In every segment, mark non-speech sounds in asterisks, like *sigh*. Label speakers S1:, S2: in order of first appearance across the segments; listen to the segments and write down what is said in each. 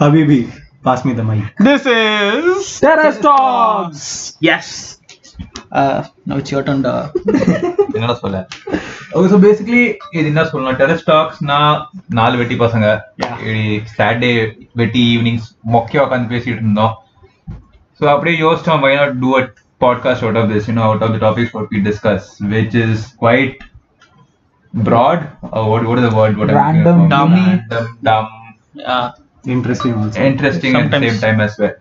S1: Habibi, pass me the mic.
S2: This is
S3: Terrace Talks.
S2: yes.
S3: Uh, now it's your turn. Da.
S4: என்னடா சொல்ல okay so basically இது என்ன சொல்லலாம் terrace டாக்ஸ்னா நாலு வெட்டி பசங்க
S3: Yeah.
S4: சாட்டர்டே வெட்டி ஈவினிங்ஸ் மொக்கையா உட்காந்து பேசிட்டு இருந்தோம் ஸோ அப்படியே யோசிச்சோம் why not two at podcast out of this you know out of the topics what we discuss which is quite broad what what is the word what
S3: Random,
S4: டம்
S3: dumb.
S4: டம்
S2: Yeah.
S1: Interesting also.
S4: Interesting at
S2: Sometimes.
S4: Same time as well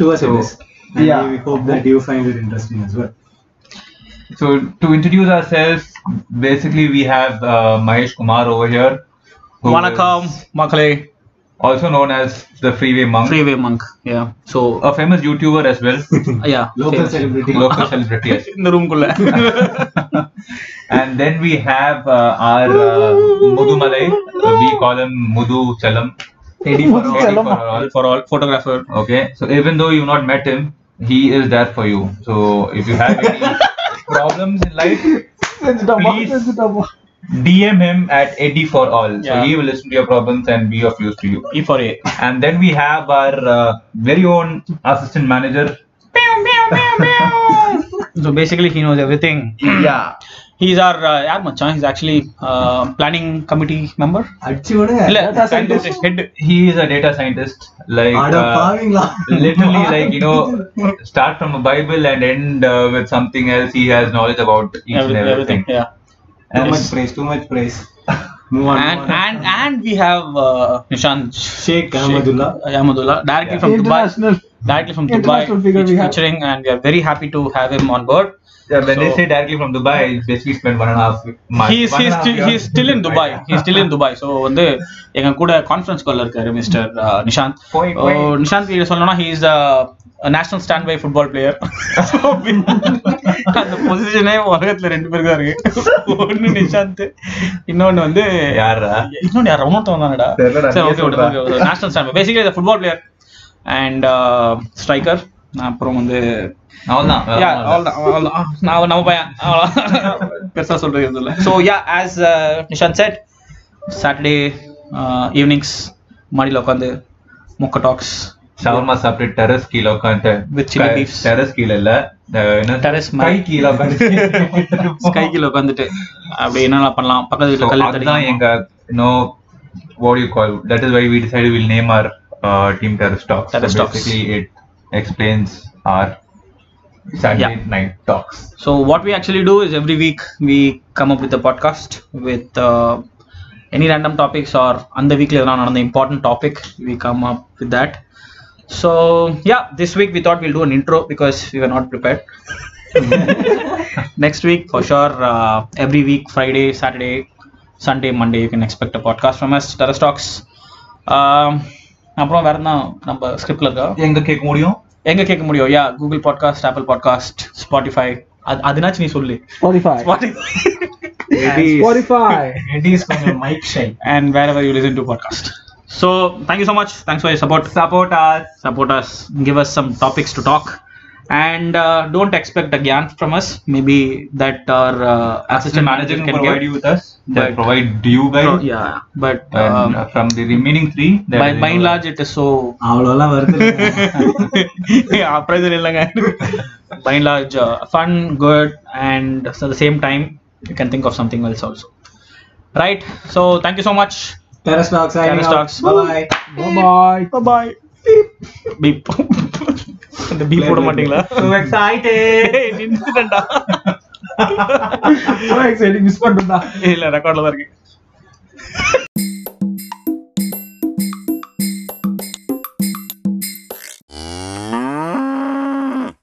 S1: to us it
S4: So,
S1: is. And
S3: yeah.
S1: we hope that you find it interesting as well.
S4: So to introduce ourselves, basically we have uh, Mahesh Kumar over here. who
S2: Vanakkam,
S4: is
S2: Makale,
S4: Also known as the Freeway Monk.
S2: Freeway Monk. Yeah. So uh,
S4: A famous YouTuber as well.
S2: yeah.
S1: *laughs* Local
S2: same.
S1: celebrity.
S4: local celebrity. as well.
S2: In the room kulla.
S4: And then we have uh, our uh, Mudu Malai. Uh, we call him Mudu Chalam.
S1: Eddie
S4: For
S1: Farrar.
S4: all- for all.
S2: for all photographer.
S4: Okay. So even though you've not met him, he is there for you. So if you have any
S1: *laughs*
S4: problems in life, Please. DM him at Eddie for all.
S2: Yeah.
S4: So he will listen to your problems and be of use to you.
S2: E for A.
S4: And then we have our uh, very own assistant manager.
S2: So basically he knows everything.
S4: yeah.
S2: He's our uh, yaar machan. He's actually uh, planning committee member.
S1: அடிச்சு விடுங்க.
S2: Illa,
S1: Data
S2: planning
S1: scientist.
S2: committee head.
S4: He is a data scientist. Like
S1: அட
S4: uh,
S1: பாவீங்களா?
S4: literally, like you know, start from a Bible and end uh, with something else. He has knowledge about each
S2: Every-
S4: and
S2: everything.
S4: everything.
S2: Yeah.
S1: Too
S4: And
S1: much praise, too much praise. Move on,
S2: And
S1: move on.
S2: and and we have uh, Nishant
S1: Sheikh Ahmadullah.
S2: Ayamudullah directly
S4: Yeah.
S2: from Dubai.
S3: International.
S2: Directly from Dubai,
S3: International figure we have.
S2: featuring, and we are very happy to have him on board.
S4: yeah, when they
S2: So-
S4: say directly from Dubai, he basically spent one and a half months.
S2: he's
S4: one and
S2: he's
S4: a half
S2: still
S4: years
S2: he's still in dubai he's
S4: *laughs*
S2: still in dubai so வந்து எங்க கூட conference கால்ல இருக்காரு uh, mister Nishanth
S4: Point,
S2: oh,
S4: point.
S2: Nishanth கிட்ட சொல்லணும்னா he is a national stand by football player அந்த பொசிஷனே உலகத்துல ரெண்டு பேருக்கு தான் இருக்கு ஒன்னு நிஷாந்த் இன்னொன்னு வந்து
S4: யாரா?
S2: இன்னொன்னு யார் ரொமோட்டோ தானடா
S4: தெரியலடா,
S2: சரி
S4: நீயே
S2: ஓகே
S4: சொல்றா.
S2: Okay national stand basically is football player and striker uh, அப்புறம் வந்து
S4: அவ்வளவுதான், வேற
S2: yeah,
S4: ஒண்ணும்
S2: all
S4: இல்ல.
S2: the, all the, ah, now now பையன் அவ்வளவுதான். பெருசா சொல்றது எதுவும் இல்ல. so yeah as uh, nishan said saturday uh, evenings மாடியில உட்காந்து மொக்க டாக்ஸ்
S4: shawarma சாப்பிட்டு terrace கீழ உட்கார்ந்து,
S2: With chili
S4: sky-
S2: beefs.
S4: terrace கீழ இல்ல, அஹ் என்ன?
S2: Terrace
S4: sky
S2: மாதிரி.
S4: கீழ
S2: *laughs*
S4: உட்கார்ந்து.
S2: ஸ்கை கீழ உட்காந்துட்டு அப்படி என்னென்ன பண்ணலாம் பக்கத்து
S4: So,
S2: வீட்டுல கல்யாணம்
S4: அதுதான் எங்க no what do you call that is why we decided we'll name our uh, team terrace talks
S2: Terrace
S4: so
S2: Talks.
S4: basically it explains our saturday
S2: Yeah.
S4: night talks
S2: So what we actually do is every week we come up with a podcast with uh, any random topics or on the weekly around on the important topic we come up with that. So yeah, this week we thought we'll do an intro because we were not prepared. Next week for sure, uh, every week Friday, Saturday, Sunday, Monday you can expect a podcast from us. Terrace Talks. Um, அப்புறம் வேற என்ன நம்ம ஸ்கிரிப்ட்ல இருக்கா
S4: எங்க கேட்க முடியும்
S2: எங்க கேட்க முடியும் yeah Google podcast Apple podcast Spotify அது அதுனாச்சு நீ சொல்லு
S3: Spotify.
S1: Eddie is-
S3: Spotify.
S1: Eddie is கொஞ்சம் mic shy.
S2: and wherever you listen to podcast so thank you so much thanks for your support
S4: support us
S2: support us give us some topics to talk and uh, don't expect a gyan from us maybe that our uh, assistant manager
S4: can
S2: can
S4: provide
S2: give
S4: you with us
S2: But-
S4: that provide you guys
S2: Pro- yeah but
S4: and
S2: um,
S4: uh, from the remaining three that
S2: by,
S4: is,
S2: by
S4: you
S2: and
S4: know,
S2: large it is so
S1: அவ்வளோலாம் வருது இல்லைங்க.
S2: *laughs* yeah, pressure இல்லைங்க by and large uh, fun good and so at the same time you can think of something else also right so thank you so much
S1: Terrace Talks, signing
S2: Terrace
S1: out.
S2: Talks.
S1: Bye-bye.
S3: Bye bye.
S2: bye bye *laughs* beep அந்த beep போட *laughs* மாட்டீங்களா
S4: so excited
S2: ஏய், நின்னுட்டேன்டா.
S3: Alright, so miss பண்ணிட்டு
S2: இல்ல ரெக்கார்ட்ல தான் இருக்கு